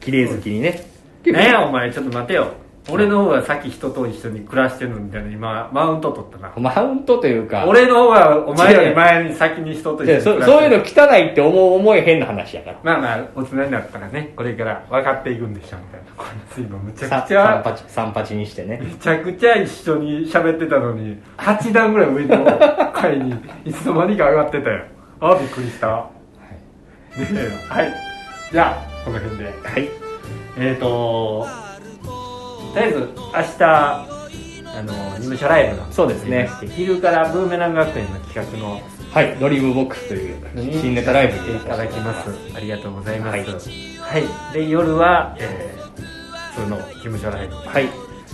[SPEAKER 2] 綺麗好きにね。
[SPEAKER 1] ねえお前ちょっと待てよ俺の方がさっき人と一緒に暮らしてるみたいな今マウント取ったな
[SPEAKER 2] マウントというか
[SPEAKER 1] 俺の方がお前よ
[SPEAKER 2] 違う
[SPEAKER 1] り前に先に人と一緒
[SPEAKER 2] で
[SPEAKER 1] に暮
[SPEAKER 2] そ
[SPEAKER 1] らしてる
[SPEAKER 2] そういうの汚いって思う思え変な話やから
[SPEAKER 1] まあまあ大人になったらねこれから分かっていくんでしょみたいなこいつ今むちゃ
[SPEAKER 2] さ
[SPEAKER 1] くちゃ
[SPEAKER 2] 三八三八にしてね
[SPEAKER 1] めちゃくちゃ一緒に喋ってたのに8段ぐらい上の階にいつの間にか上がってたよああびっくりした、はい、ねえはいじゃあこの辺で
[SPEAKER 2] はい
[SPEAKER 1] えっ、ー、ととりあえず明日あの事務所ライブの
[SPEAKER 2] そうですね
[SPEAKER 1] 昼からブーメラン学園の企画の
[SPEAKER 2] はいドリームボックスという
[SPEAKER 1] に
[SPEAKER 2] 新ネタライブに
[SPEAKER 1] いただきますありがとうございます
[SPEAKER 2] はい
[SPEAKER 1] はい、で夜は、えー、普通の事務所ライ
[SPEAKER 2] はい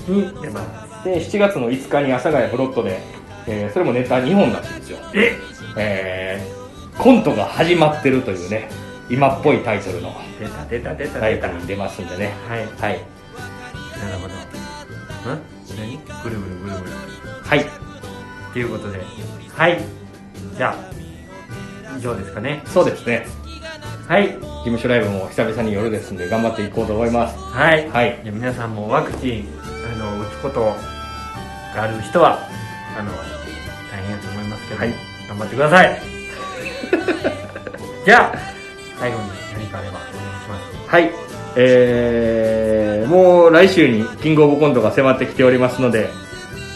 [SPEAKER 1] ブに出ます
[SPEAKER 2] で7月の5日に阿佐ヶ谷フロットで、えーそれもネタ2本らしいんですよ
[SPEAKER 1] え
[SPEAKER 2] えーコントが始まってるというね今っぽいタイトルの
[SPEAKER 1] 出た出た出た
[SPEAKER 2] ラ
[SPEAKER 1] 出
[SPEAKER 2] イブ
[SPEAKER 1] た
[SPEAKER 2] に出ますんでね
[SPEAKER 1] はい
[SPEAKER 2] はい
[SPEAKER 1] なるほどん何ぐるぐるぐるぐる
[SPEAKER 2] はい
[SPEAKER 1] ということではいじゃあ以上ですかね
[SPEAKER 2] そうですね
[SPEAKER 1] はい
[SPEAKER 2] 事務所ライブも久々に夜ですんで頑張っていこうと思います
[SPEAKER 1] はい、
[SPEAKER 2] はい
[SPEAKER 1] じゃあ皆さんもワクチンあの打つことがある人はあの大変だと思いますけど、
[SPEAKER 2] はい
[SPEAKER 1] 頑張ってください *laughs* じゃあ最後に何かあればお願いします
[SPEAKER 2] はいえー、もう来週にキングオブコントが迫ってきておりますので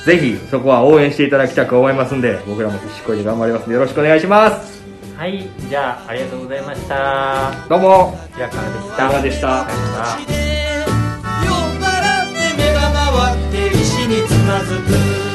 [SPEAKER 2] ぜひそこは応援していただきたく思いますんで僕らも必死こいで頑張りますんでよろしくお願いします
[SPEAKER 1] はいじゃあありがとうございました
[SPEAKER 2] どうも
[SPEAKER 1] 平川でした
[SPEAKER 2] 田村でした
[SPEAKER 1] さようなら
[SPEAKER 4] 酔っ払って目が回って石につまずく